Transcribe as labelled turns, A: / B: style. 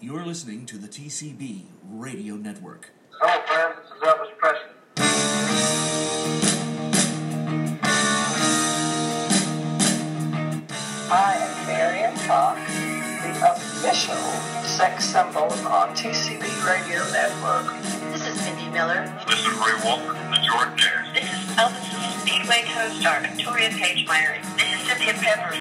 A: You're listening to the TCB Radio Network.
B: Hello, friends. This is Elvis Presley.
C: I am Marion Cox, the official sex symbol on TCB Radio Network.
D: This is Mindy Miller.
B: This is Ray Walker from the Jordan Airs.
D: This is Elvis Speedway co-star Victoria Page Myrie. This is Cynthia Pepper.